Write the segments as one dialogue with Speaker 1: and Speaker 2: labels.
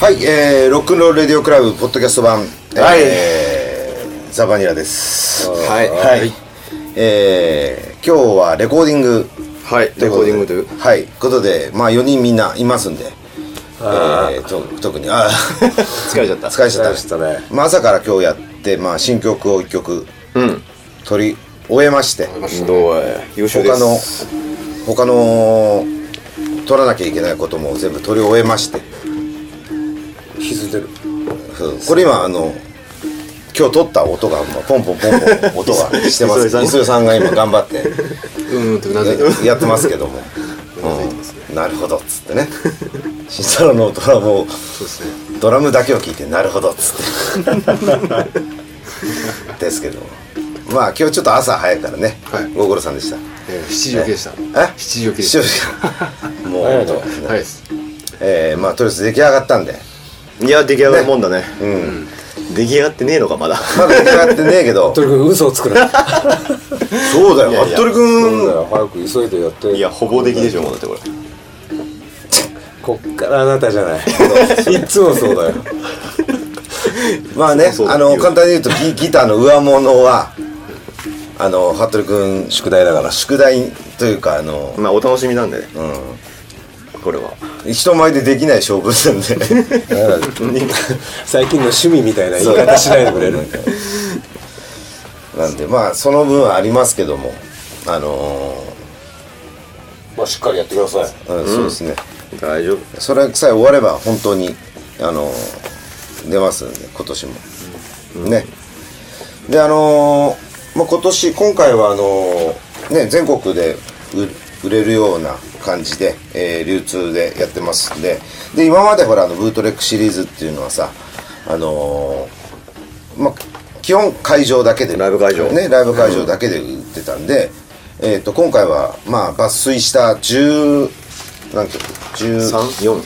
Speaker 1: はい、えー、ロックンロールレディオクラブポッドキャスト版、
Speaker 2: はい
Speaker 1: えーザ・バニラです。
Speaker 2: はい
Speaker 1: はい。えー、今日はレコーディング
Speaker 2: はい、レコーディングという。
Speaker 1: はい、ことで、まあ4人みんないますんで、えー、と特に、あー
Speaker 2: 疲れちゃった。
Speaker 1: 疲れちゃった。
Speaker 2: ね。
Speaker 1: まあ朝から今日やって、まあ新曲を1曲、
Speaker 2: うん。
Speaker 1: 取り終えまして、
Speaker 2: どう優秀で
Speaker 1: 他
Speaker 2: す。
Speaker 1: の、他の、取らなきゃいけないことも全部取り終えまして、
Speaker 3: 気づいてる
Speaker 1: そうこれ今あの今日撮った音がもうポンポンポンポン音がしてま
Speaker 2: 磯井
Speaker 1: す
Speaker 2: さん
Speaker 1: 磯井さんが今頑張って
Speaker 3: うんうんってうなずいて
Speaker 1: ややってますけども、うん、なるほどっつってね 慎太郎のドラムを
Speaker 3: そうですね
Speaker 1: ドラムだけを聞いてなるほどっつってですけどもまあ今日ちょっと朝早いからね、
Speaker 3: はい
Speaker 1: ご苦労さんでした
Speaker 3: えー7時起きでした
Speaker 1: え
Speaker 3: 7時起きでし
Speaker 1: 正直もう本当、
Speaker 3: たはいです
Speaker 1: えーまあとりあえず出来上がったんで
Speaker 2: いや、出来上がるもんだね。うん。出来上がってねえのか、まだ。
Speaker 1: まだ出来上がってねえけど
Speaker 4: とにかく嘘をつくな。
Speaker 1: そうだよ
Speaker 2: いやいや
Speaker 1: 服部君
Speaker 4: よ、早く急いでやって
Speaker 2: いや、ほぼ出来でしょ、もうだってこれ。
Speaker 4: こっからあなたじゃ ない。いつもそうだよ。
Speaker 1: まあね
Speaker 2: そう、だ
Speaker 1: あの
Speaker 2: 言う
Speaker 1: 簡単に言うとギギターの上物はあの服部君宿題だから宿題というかあの、
Speaker 2: まあ、お楽しみなんでね。
Speaker 1: う
Speaker 2: これは。
Speaker 1: ん、人前でできない勝負なん で
Speaker 4: 最近の趣味みたいな言い方しないでくれる。
Speaker 1: なんでまあその分はありますけどもあの
Speaker 4: まあ、しっかりやってください。
Speaker 1: ーうんそうですね
Speaker 2: 大丈夫。
Speaker 1: それさえ終われば本当にあのー出ますんで今年も、ねであのーまあ、今年今回はあのーね全国で売売れるような感じで、えー流通でやってますんでで今までほらあのブートレックシリーズっていうのはさあのーまあ基本会場だけで
Speaker 2: ライブ会場
Speaker 1: ねライブ会場だけで売ってたんで、えー、と今回はまあ抜粋した10何曲10
Speaker 2: 3、4。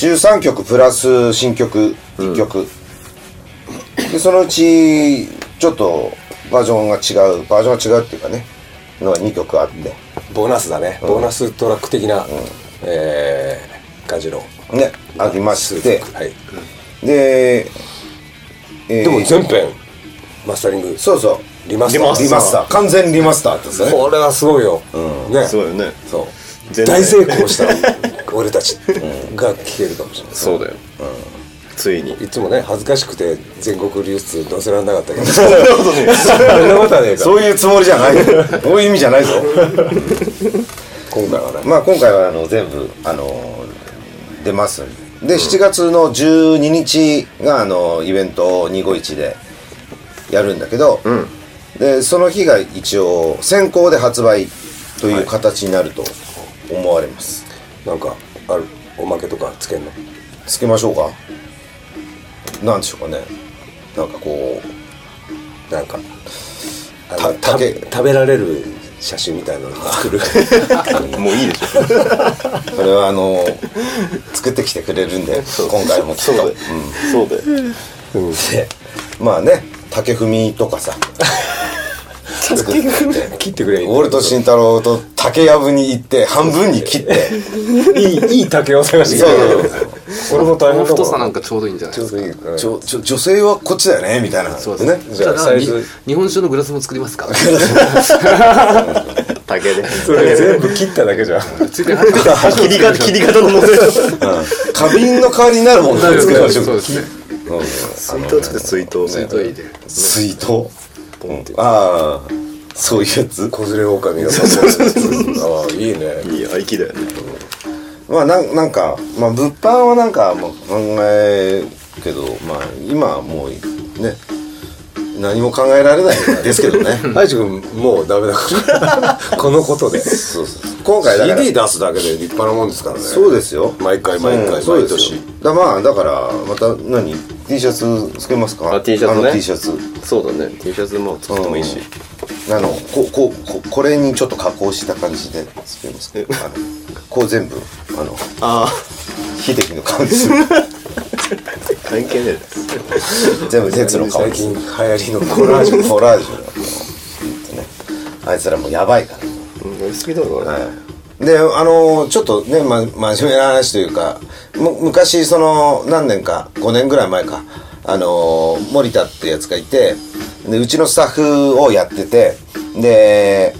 Speaker 1: 13曲プラス新曲1曲、でそのうちちょっとバージョンが違うバージョンが違うっていうかねのが2曲あって
Speaker 4: ボーナスだね。ボーナストラック的な、えー感じの。
Speaker 1: ねありまして
Speaker 4: はい。
Speaker 1: で、えー
Speaker 4: でも全編、マスタリング。
Speaker 1: そうそう
Speaker 4: リマスター
Speaker 1: リマスター完全リマスターだったんですね
Speaker 4: これはすごいよ。ね。
Speaker 2: すごいよね。
Speaker 4: そう。
Speaker 2: 全然
Speaker 4: 大成功した 俺たちが聞けるかもしれない。
Speaker 2: そうだよ。ついに。
Speaker 4: いつもね、恥ずかしくて全国流通載せられなかったけど。
Speaker 2: なるほどね。
Speaker 4: そんなことはねえか
Speaker 1: そういうつもりじゃないそういう意味じゃないぞ
Speaker 4: 今回はね。
Speaker 1: まあ今回はあの全部あの出ますんでで7月の12日があのイベントを251でやるんだけど、でその日が一応先行で発売という形になると思われます、
Speaker 4: なんか、ある、おまけとかつけんの。
Speaker 1: つけましょうかなんでしょうかねなんかこ
Speaker 4: なんか
Speaker 1: た
Speaker 4: あの食
Speaker 1: 竹
Speaker 4: べ食べられる写真みたいなのを作る
Speaker 2: もういい でしょ。
Speaker 1: うそれはあの作ってきてくれるんで今回もき
Speaker 2: そ
Speaker 1: っ
Speaker 2: う
Speaker 1: と
Speaker 2: だよ。そうだよ。
Speaker 1: でまあね竹踏みとかさ作って
Speaker 4: 切ってくれい
Speaker 1: 俺と慎太郎と竹やぶに行って半分に切って
Speaker 4: いいいい竹を探してくれる
Speaker 1: そう
Speaker 4: 俺も大
Speaker 3: この
Speaker 4: 変だ
Speaker 3: 太さ
Speaker 4: もん
Speaker 3: なんかちょうどいいんじゃないですか
Speaker 1: ちょちょ女性はこっちだよねみたいな
Speaker 3: そう
Speaker 1: 感
Speaker 3: で
Speaker 1: じ
Speaker 3: す
Speaker 1: でねじ
Speaker 3: ね
Speaker 1: ゃあ
Speaker 3: じゃ
Speaker 4: サ
Speaker 3: あ
Speaker 4: イ
Speaker 3: に
Speaker 4: ズ
Speaker 3: 日本酒のグラスも作りま すか
Speaker 2: 竹で。
Speaker 4: それ全部切っただけじゃん
Speaker 3: ついてない
Speaker 2: 切り方、切り方の問題。
Speaker 1: うん花瓶の代わりになるもんね
Speaker 3: そう
Speaker 1: 作りましょ
Speaker 3: そう
Speaker 1: う
Speaker 3: ですね
Speaker 1: うん
Speaker 2: 水筒作って水筒ね。
Speaker 3: ちょっといいで
Speaker 1: 水筒ああそういうやつ
Speaker 4: 子連れ狼がああいいね
Speaker 2: いいや、息だよね。
Speaker 1: まあなんなんか、まあ、物販はなんかもう考えるけどまあ今はもうね何も考えられないですけどね
Speaker 4: 愛知君もうダメだからこのことで
Speaker 1: そうそう今回だから
Speaker 4: CD 出すだけで立派なもんですからね
Speaker 1: そうですよ
Speaker 4: 毎回毎回
Speaker 1: うんそうですよ
Speaker 4: 毎
Speaker 1: だまあだからまた何 T シャツつけますか
Speaker 2: あ T シャツね
Speaker 1: あの T シャツ
Speaker 2: そうだね。T シャツも作ってもいいし。
Speaker 1: あのここここれにちょっと加工した感じでつけますか
Speaker 2: え
Speaker 1: あのこう全部あの
Speaker 2: ああ。
Speaker 1: 秀樹の顔にする
Speaker 2: 関係ね
Speaker 1: 全部哲の顔
Speaker 4: 最
Speaker 1: にす
Speaker 4: 近
Speaker 1: る
Speaker 4: 流行りの
Speaker 1: コラージュコラージュだもうねあいつらもうやばいから
Speaker 2: え。うん、好きだろ、俺。
Speaker 1: はい、であのちょっとね、ま、真面目な話というかむ昔その何年か5年ぐらい前かあのー森田ってやつがいてでうちのスタッフをやっててで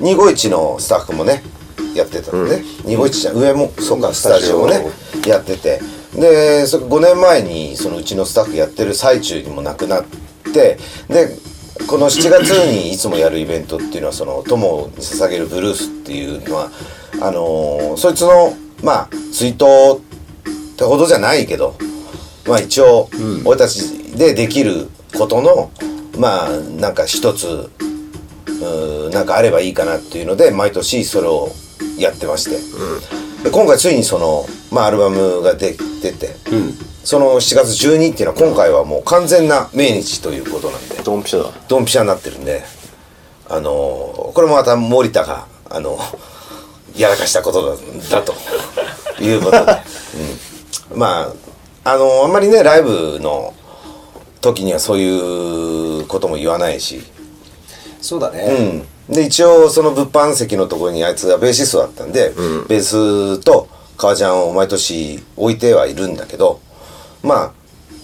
Speaker 1: 251のスタッフもねやってたのね、251じゃ上もそうかスタジオもねやっててでそ5年前にそのうちのスタッフやってる最中にも亡くなってでこの7月にいつもやるイベントっていうのはその友に捧げるブルースっていうのはあのーそいつのまあ追悼ってほどじゃないけどまあ一応俺たちでできることの、まあなんか一つうーなんかあればいいかなっていうので毎年それをやってまして、で今回ついにその、まあ、アルバムがで出て、その7月12っていうのは今回はもう完全な命日ということなんで
Speaker 2: ドンピシャだ
Speaker 1: ドンピシャになってるんであのーこれもまた森田があのやらかしたことだだということで、うん、まああのーあんまりねライブの時にはそういうことも言わないし、
Speaker 4: そうだね、
Speaker 1: うん、で一応その物販席のところにあいつがベーシストだったんで、ベースと革ジャンを毎年置いてはいるんだけどま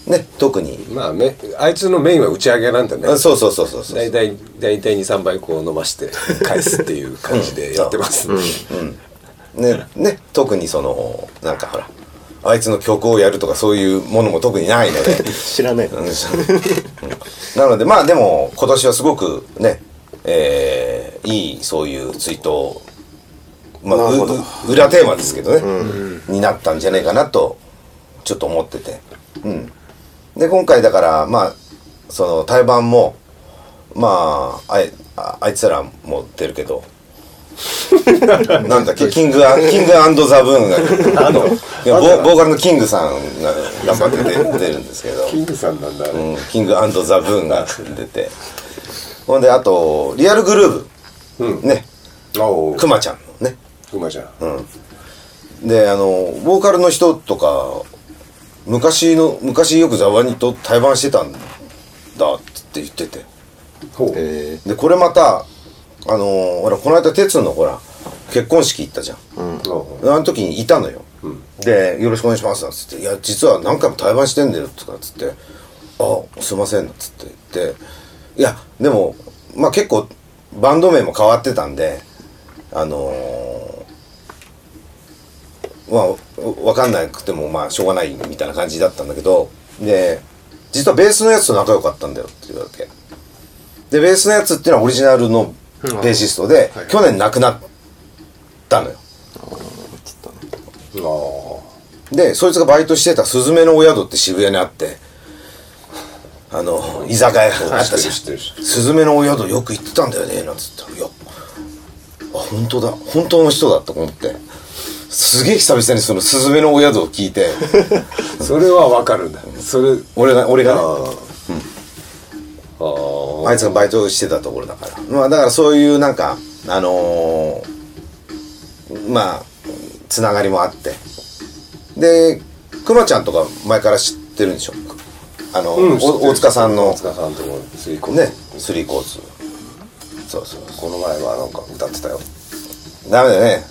Speaker 1: あね特に、
Speaker 4: まあめあいつのメインは打ち上げなんだね
Speaker 1: あそうそうそうそうそう
Speaker 4: 大体大体23杯こう飲ま して返すっていう感じでやってます、
Speaker 1: ねね特にそのなんかほらあいつの曲をやるとかそういうものも特にないので
Speaker 2: 知らない
Speaker 1: うんそうなのでまあでも今年はすごくねえーいいそういう追悼まあうう裏テーマですけどね、になったんじゃないかなとちょっと思っててうんで今回だからまあその対バンもまああいああいつらも出るけ どなんだっけキングアキングザ・ブーン があのいやボーボーカルのキングさんが頑張って出出るんですけど
Speaker 4: キングさんなんだあれ
Speaker 1: うん、キングザ・ブーンが出てほんであとリアルグルーブ、ね
Speaker 4: おう
Speaker 1: くまちゃんのね
Speaker 4: くまちゃん、
Speaker 1: であのボーカルの人とか昔の昔よくザワニと対バンしてたんだって言ってて
Speaker 4: ほう
Speaker 2: え
Speaker 1: でこれまたあのほらこの間哲のほら結婚式行ったじゃん
Speaker 4: おう
Speaker 1: あの時にいたのよ、で「よろしくお願いします」なんつって「いや実は何回も対バンしてんだよ」とかつって「あすいません」なんつって言って「いやでもまあ結構バンド名も変わってたんであのーまあ分かんなくてもまあしょうがないみたいな感じだったんだけどで実はベースのやつと仲良かったんだよっていうわけでベースのやつっていうのはオリジナルのベーシストで、
Speaker 3: はい
Speaker 1: 去年亡くなったのよ
Speaker 4: あ
Speaker 1: でそいつがバイトしてたスズメのお宿って渋谷にあってあの居酒屋あった
Speaker 4: 知って
Speaker 1: し
Speaker 4: る知って
Speaker 1: スズメのお宿よく行ってたんだよね」なんつったら「いやあ本当だ本当の人だ」と思ってすげえ久々にそのスズメのお宿を聞いて
Speaker 4: あそれはわかるんだそれ
Speaker 1: 俺が俺がね
Speaker 4: あああ
Speaker 1: あいつがバイトしてたところだからまあだからそういうなんかあのーまあつながりもあってでくまちゃんとか前から知ってるんでしょあの、
Speaker 4: うん知ってる
Speaker 1: お大塚さんの
Speaker 4: 大塚さんとこスリーコ
Speaker 1: ねスリーコーツそうそう
Speaker 4: この前はなんか歌ってたよ
Speaker 1: ダメだね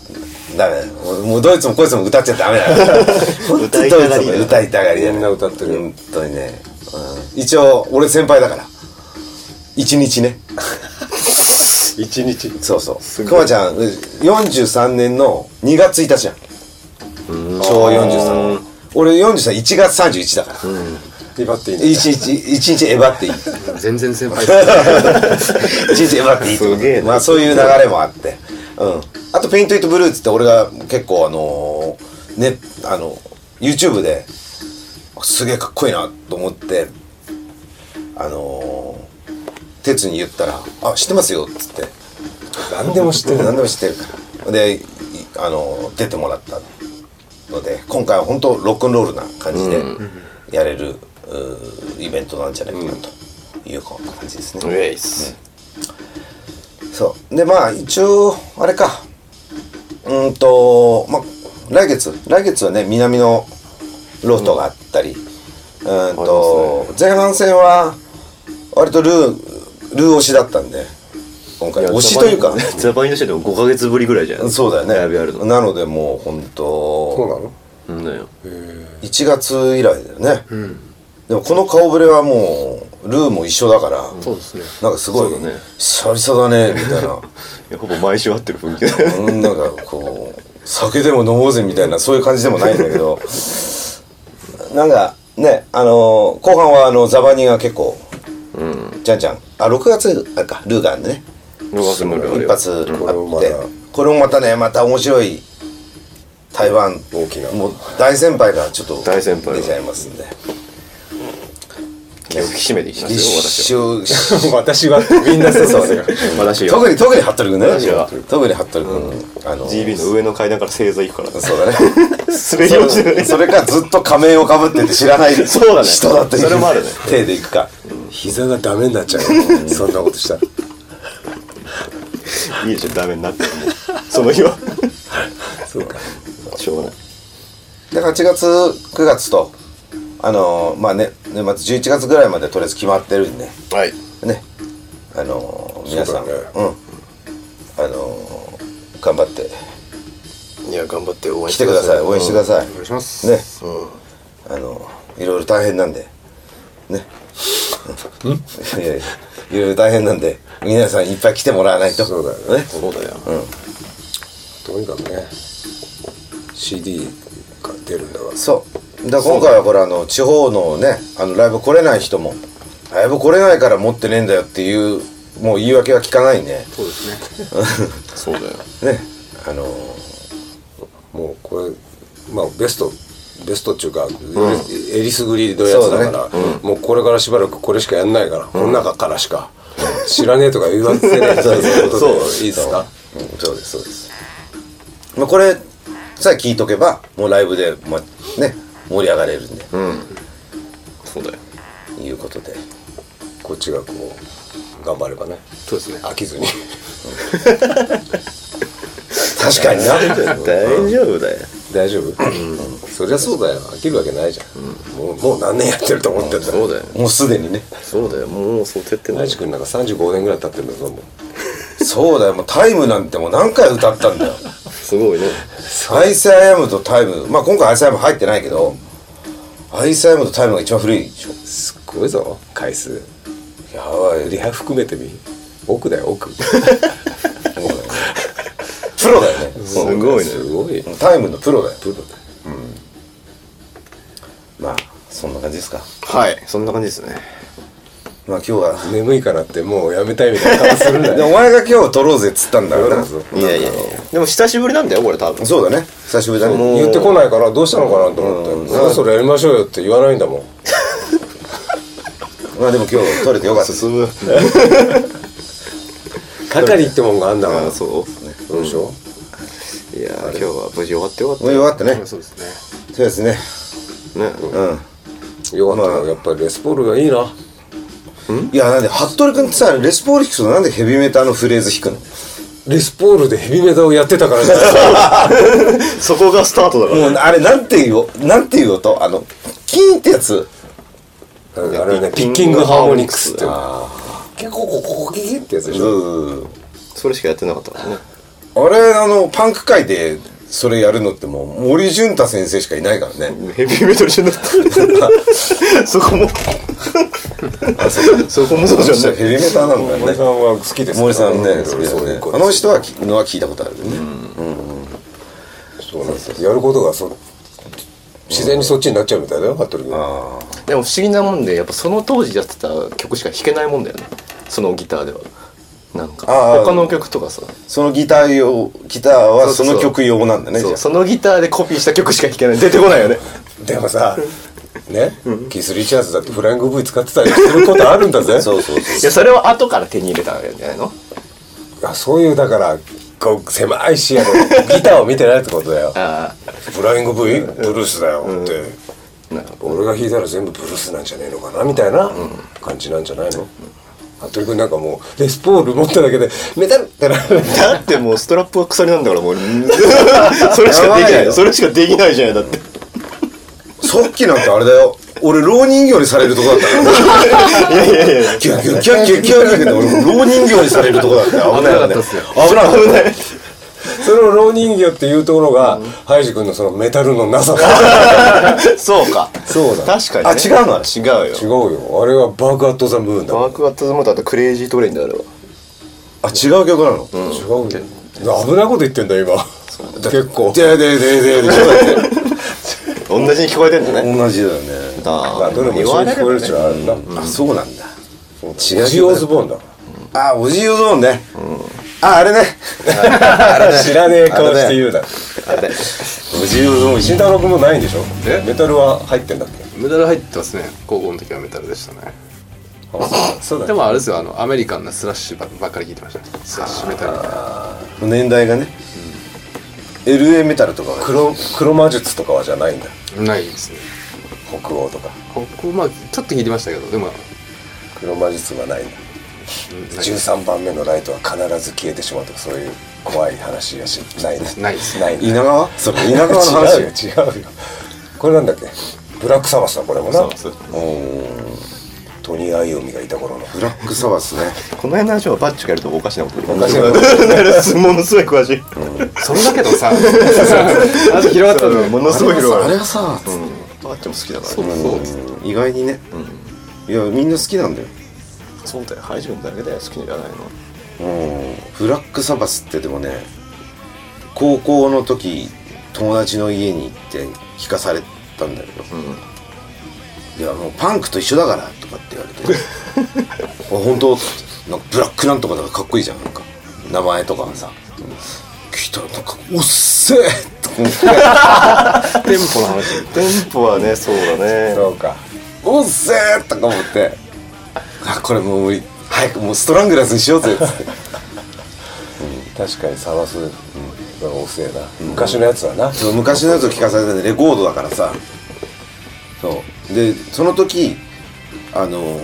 Speaker 1: ダメだもうもうどいつもこいつも歌っちゃダメだ
Speaker 2: 歌い
Speaker 1: ど
Speaker 2: た
Speaker 1: い
Speaker 2: が
Speaker 1: つ
Speaker 2: り
Speaker 1: も
Speaker 2: だ
Speaker 1: 歌いたがりだ
Speaker 4: みんな歌ってるよ
Speaker 1: 本当にね、うん一応俺先輩だから一日 ね
Speaker 4: 一日
Speaker 1: そうそう。くまちゃん、う43年の2月1日じゃん。昭和43年。俺43、1月31だから。
Speaker 4: 威張っていいんだ
Speaker 1: 一日、一日エヴァっていい。
Speaker 3: 全然先輩です
Speaker 1: 一日エヴァっていいと思う
Speaker 2: すげえな
Speaker 1: まあそういう流れもあって。うん。あと、ペイントイットブルーツって俺が結構あのーね、あの、YouTube で、すげえかっこいいなと思って、あのー、哲に言ったら、あ、知ってますよっつって。
Speaker 4: 何でも知ってる
Speaker 1: 何でも知ってるからでいあの出てもらったので今回は本当ロックンロールな感じでやれる、うーイベントなんじゃないかなという感じです
Speaker 2: ウ
Speaker 1: ね、
Speaker 2: ェイス
Speaker 1: そうでまあ一応あれかうーんとまあ来月来月はね南のロフトがあったり、うーんと、前半戦は割とルールー推しだったんで今回推しというか
Speaker 2: ザバインの人でも5ヶ月ぶりぐらいじゃ ん
Speaker 1: そうだよね
Speaker 2: ライブやるの
Speaker 1: なのでもう本当
Speaker 4: そうなの
Speaker 2: うんだよ
Speaker 4: へえ
Speaker 1: 1月以来だよね、でもこの顔ぶれはもうルーも一緒だから、
Speaker 3: そうですね。
Speaker 1: なんかすごい、
Speaker 2: そうだね
Speaker 1: 久々だねみたいな
Speaker 2: やほぼ毎週会ってる雰囲気で
Speaker 1: うんなんかこう酒でも飲もうぜみたいなそういう感じでもないんだけど なんかねあの後半はあのザバニーが結構、じゃんじゃんあ6月あれかルーガンでね 一発あって
Speaker 2: うん
Speaker 1: これ
Speaker 4: れもま
Speaker 1: もま
Speaker 4: た
Speaker 1: たねまた面白い台湾
Speaker 4: 大きな
Speaker 1: もう大先輩がちょっと
Speaker 2: 大先輩が
Speaker 1: 出ちゃいますんで
Speaker 2: 気を引き締めていきます
Speaker 1: 一
Speaker 2: よ私は
Speaker 1: 周
Speaker 4: 私はみんなそうですよ
Speaker 2: 私は
Speaker 1: 特に特に服部君ね
Speaker 2: 私は
Speaker 1: 特に服部君、あの
Speaker 2: GB の上の階段から正座行くから
Speaker 1: そうだね
Speaker 2: 滑り落ちるね
Speaker 1: それかずっと仮面をかぶってて知らない人
Speaker 2: そうだね
Speaker 1: だっていう
Speaker 2: それもあるね
Speaker 1: 手でいくか
Speaker 4: 膝がダメになっち ゃうそんなことしたら
Speaker 2: いいでしょダメになってもうその日は
Speaker 4: そうか
Speaker 2: しょうがない
Speaker 1: で8月9月とあのまあね年末11月ぐらいまでとりあえず決まってるんで
Speaker 2: はい
Speaker 1: ねあのー皆さんう,、
Speaker 4: そうだね
Speaker 1: んあのー頑張って
Speaker 2: いや頑張って応援
Speaker 1: 来てください応援してください、
Speaker 3: お願いします。
Speaker 1: ね、あのーいろいろ大変なんでねうんいやいやいろいろ大変なんで皆さんいっぱい来てもらわないとそうだよね
Speaker 2: そうだよ
Speaker 4: とにかくね CD が出るんだから
Speaker 1: そうだから今回はこれあの地方のねあのライブ来れない人もライブ来れないから持ってねえんだよっていうもう言い訳は聞かないんで
Speaker 3: そうですね。
Speaker 2: そうだよ
Speaker 1: ねあのー
Speaker 4: もうこれまあベストベストっていうか、えりすぐりのやつだからもうこれからしばらくこれしかやんないから、この中からしか知らねえとか言わせ ないということでいいですか
Speaker 1: うんそうですそうです、まあ、これさえ聞いとけばもうライブで、まあ、ね盛り上がれるんで、
Speaker 2: そうだよ
Speaker 1: いうことで
Speaker 4: こっちがこう頑張ればね
Speaker 3: そうですね。
Speaker 4: 飽きずに
Speaker 1: 確かに な
Speaker 2: 大丈夫だよ
Speaker 4: 大丈夫、そりゃそうだよ飽きるわけないじゃん、もうもう何年やってると思ってんだ
Speaker 2: そうだよ
Speaker 1: もうすでにね
Speaker 2: そうだよもうそう徹底な
Speaker 4: 大
Speaker 2: い
Speaker 4: 地君なんか35年ぐらい経ってるんだぞもう
Speaker 1: そうだよもう「タイムなんてもう何回歌ったんだよ
Speaker 2: すごいね
Speaker 1: 「アイスアイアム」と「タイム」まあ今回「アイスアイアム」入ってないけど「アイスアイアム」と「タイム」が一番古いでしょ
Speaker 4: すっごいぞ回数
Speaker 1: やばい
Speaker 4: リハ含めてみ奥だよ 奥
Speaker 1: プロだよね
Speaker 2: すごいね
Speaker 4: すごい
Speaker 1: うんタイムのプロだよ
Speaker 4: プロだ
Speaker 1: まあそんな感じですか
Speaker 2: はいそんな感じですね
Speaker 1: まあ今日は
Speaker 4: 眠いからってもうやめたいみたいな顔するん だ
Speaker 1: で
Speaker 4: よ
Speaker 1: お前が今日撮ろうぜっつったんだからな
Speaker 4: そう
Speaker 2: いやいやいやでも久しぶりなんだよこれ多分
Speaker 1: そうだね久しぶりだね
Speaker 2: もう
Speaker 4: 言ってこないからどうしたのかなと思って、そろそろやりましょうよって言わないんだもん
Speaker 1: まあでも今日取れてよかったです。
Speaker 2: 進む
Speaker 4: 係ってもんがあんだから
Speaker 2: あそ
Speaker 4: そうでしょ
Speaker 2: ういやー今日は無事終わってよかった
Speaker 1: もうよかったね。
Speaker 3: そうですね。
Speaker 1: そうですね。
Speaker 2: ね
Speaker 1: うん。
Speaker 4: よかったなやっぱりレスポールがいいない
Speaker 1: やなんで服部君ってさレスポール弾くとなんでヘビメタのフレーズ弾く
Speaker 4: レスポールでヘビメタをやってたからじゃない
Speaker 2: そこがスタートだか
Speaker 1: の？
Speaker 2: ら
Speaker 1: もうあれなんていうなんていう音あのキーンってやつ。
Speaker 4: うんあれねピッキングハーモニクスって結構こここキキってやつでしょ
Speaker 1: うん。
Speaker 2: それしかやってなかったからね
Speaker 1: あれあのパンク界でそれやるのってもう森潤太先生しかいないからね。
Speaker 2: ヘビーメタルじゃなか った。そこも。そこもそうじゃない。
Speaker 1: ヘビメタなんだよ
Speaker 4: 森
Speaker 1: ね
Speaker 4: さ。んは好きですか
Speaker 1: 森さんね、好
Speaker 4: そ
Speaker 1: き
Speaker 4: う
Speaker 1: だよ
Speaker 4: いう
Speaker 1: ね
Speaker 4: 子。
Speaker 1: あの人はきのは聞いたことあるよね。
Speaker 4: そうなんですよやることがそ自然にそっちになっちゃうみたいだよ服部君
Speaker 1: あ
Speaker 2: でも不思議なもんで、やっぱその当時やってた曲しか弾けないもんだよね。そのギターでは。なんか
Speaker 1: あー
Speaker 2: 他の曲とかさ、
Speaker 1: ーそのギター用ギターはそ
Speaker 2: そうそう
Speaker 1: の曲用なんだね。じ
Speaker 2: そ
Speaker 1: ゃ
Speaker 2: うそのギターでコピーした曲しか弾けない出てこないよね
Speaker 4: でもさねキス・リチャーズだってフライング V 使ってたりすることあるんだぜ
Speaker 1: あそうそうそう。
Speaker 2: いやそれは後から手に入れたわけじゃないの
Speaker 4: あそういうだからこう狭い視野でギターを見てないってことだよ
Speaker 2: あ
Speaker 4: フライング V ブルースだよって、
Speaker 2: あなるほ
Speaker 4: 俺が弾いたら全部ブルースなんじゃねえのかなみたいな感じなんじゃないの、服部君なんかもうレスポール持っただけでメタルってなる
Speaker 2: ど だってもうストラップは鎖なんだからも うそれしかでき
Speaker 1: やば
Speaker 2: ないい
Speaker 1: よ
Speaker 2: それしかできないじゃないだって
Speaker 1: さっきなんてあれだよ俺浪人形にされるとこだったからキ ャンキャンキャンキャンキャンキャンキャンって俺浪人形にされるとこだったよ危ないよね
Speaker 3: 危なかったっすよ
Speaker 1: 危なかった
Speaker 4: それを老人形っていうところが、ハイジ君のそのメタルのなさが
Speaker 2: そうか
Speaker 4: そうだ
Speaker 2: 確かに、ね、
Speaker 1: あ違うのあ
Speaker 2: 違うよ
Speaker 4: 違うよあれはバークアットザムーンだ、
Speaker 2: ワークアットズモーターとクレイジートレインだあれは
Speaker 1: あ違う曲なの
Speaker 4: 違うよ危ないこと言ってんだよ今結構
Speaker 1: ででででで
Speaker 2: 同じに聞こえてんだね
Speaker 1: 同じだよね
Speaker 4: ま
Speaker 2: あ
Speaker 4: あどれも一緒に聞こえるっちゅうのはあるな
Speaker 1: あそうなんだ違
Speaker 4: ジオズボーンだ
Speaker 1: あオジーオズボーンねああれね
Speaker 4: 知らねえ顔して言う
Speaker 1: オ
Speaker 4: な
Speaker 1: ジーオズボーン
Speaker 4: 慎太郎君もないんでしょ
Speaker 3: え
Speaker 4: メタルは入ってんだっけ
Speaker 3: メダル入ってますね高校の時はメダルでしたね
Speaker 4: あそうだ
Speaker 3: で
Speaker 4: よ
Speaker 3: もあれですよあのアメリカンなスラッシュばばっかり聞いてましたねスラッシュメタルみたいな
Speaker 1: 年代がね LA メタルとかは
Speaker 4: 黒黒魔術とかはじゃないんだ
Speaker 3: ないですね
Speaker 4: 北欧とか
Speaker 3: ここまあちょっと聞いてましたけどでも
Speaker 4: 黒魔術はないんだ13番目のライトは必ず消えてしまうとかそういう怖い話やしないね
Speaker 3: ないです
Speaker 4: ないね
Speaker 1: 稲川それ稲
Speaker 4: 田
Speaker 1: 川の話
Speaker 4: 違うよ違うよこれなんだっけブラックサバスだこれもなトニー・アイオミがいた頃の
Speaker 1: ブラックサバスね
Speaker 2: この辺の話はバッチがやるとおかしなこと
Speaker 4: おかしい
Speaker 2: ものすごい詳しい
Speaker 3: それだけど さ話広がったの
Speaker 2: ものすごい広が
Speaker 1: あ
Speaker 2: る
Speaker 1: れがさつって
Speaker 2: バッチも好きだから
Speaker 3: そうそう
Speaker 1: 意外にねいやみんな好きなんだよ
Speaker 2: そうだよハイジ君だけだよ好きじゃないの
Speaker 1: うんブラックサバスってでもね高校の時友達の家に行って聞かされたんだけど、いやもうパンクと一緒だからとかって言われて 「あ本当?」ってなんかブラックなんとかだからかっこいいじゃんなんか名前とかがさ、聞いたらなんか「おっせえ!」とか思って
Speaker 3: テンポの話
Speaker 2: テンポはねそうだね
Speaker 4: そうか
Speaker 1: 「おっせえ!」とか思っ て「あこれもう無理早くもうストラングラスにし ようぜ」っつって
Speaker 4: 確かにサバスが遅えな昔のやつはな
Speaker 1: そう昔のやつを聞かされたんでレコードだからさそうでその時あのー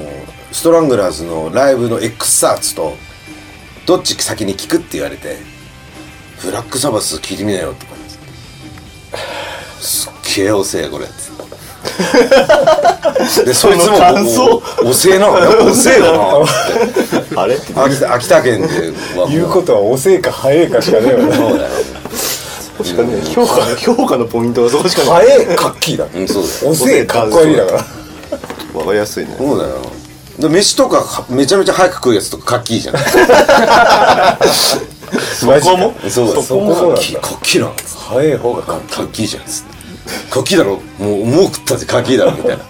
Speaker 1: ストラングラーズのライブの X サーツとどっち先に聞くって言われて「ブラックサバス聞いてみなよ」とか言ってすっげえ遅えこ れ」つってでそいつも
Speaker 2: その感想
Speaker 1: おお遅えなやっぱ遅えよな って
Speaker 2: あれ
Speaker 1: 秋田秋田県ではも
Speaker 4: 言うことは遅えか早いかしかねえよな
Speaker 1: そうだよ
Speaker 2: そこしかね評価評価のポイントはそこしかない
Speaker 4: 早えかっきーだ
Speaker 1: うんそうだよ
Speaker 4: 遅えかっこいいだから
Speaker 2: わかりやすいね
Speaker 1: そうだよで飯とかかめちゃめちゃ早く食うやつとかかっきい いじゃんそうだよ
Speaker 4: そこもそこも
Speaker 1: かっきいかっきいなか
Speaker 4: 早い方がかっ
Speaker 1: っきいじゃんつってかっきいだろもうもう食ったぜかっきいだろみたいな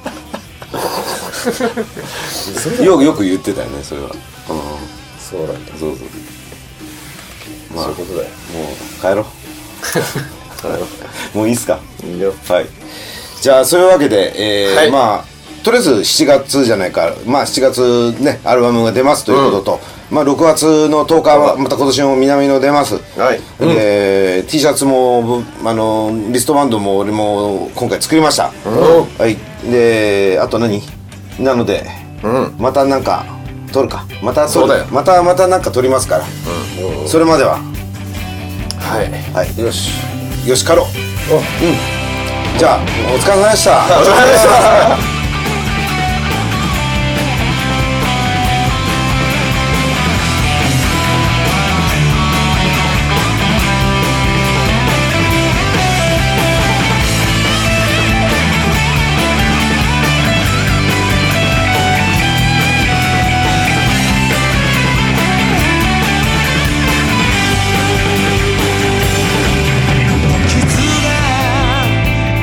Speaker 1: よくよく言ってたよねそれは
Speaker 4: そうなんだ
Speaker 1: そうそう
Speaker 4: そういうことだよ
Speaker 1: もう帰ろう帰ろ うもういいっすかいいよはいじゃあそういうわけで、えー
Speaker 2: はい
Speaker 1: まあとりあえず7月じゃないかまあ7月ねアルバムが出ますということと、まあ6月の10日はまた今年も南の出ます、
Speaker 2: はい
Speaker 1: で T シャツもぶあのリストバンドも俺も今回作りました、はいであと何なので、またなんか撮るかまた撮
Speaker 2: そ
Speaker 1: る
Speaker 2: うだよ
Speaker 1: またまたなんか撮りますから、それまでは
Speaker 2: はい
Speaker 1: はい、よし、よし、かろう。うん。じゃあ、お疲れ様でした。
Speaker 5: 傷が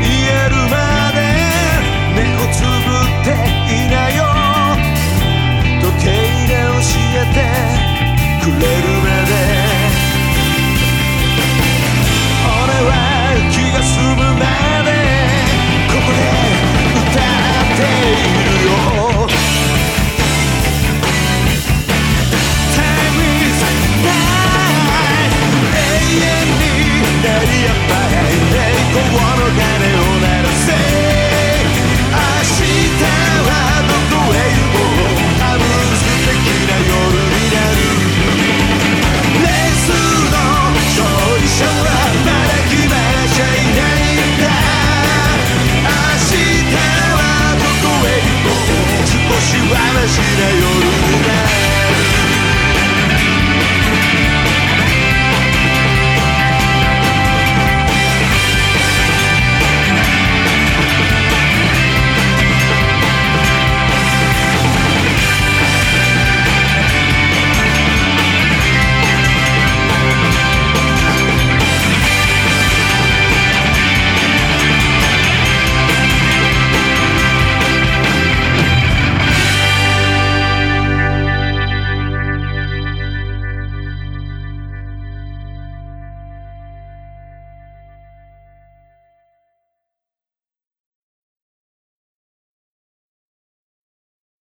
Speaker 5: 癒えるまで目をつぶっていなよ時計で教えてくれるまで俺は気が済むまでここで歌っているよ Time is night 永遠に鳴り止まない栄光の鐘を鳴らせ明日はどこへ行こう多分素敵な夜になるレースの勝利者はまだ決まらちゃいないんだ明日はどこへ行こう少しはマシな夜になる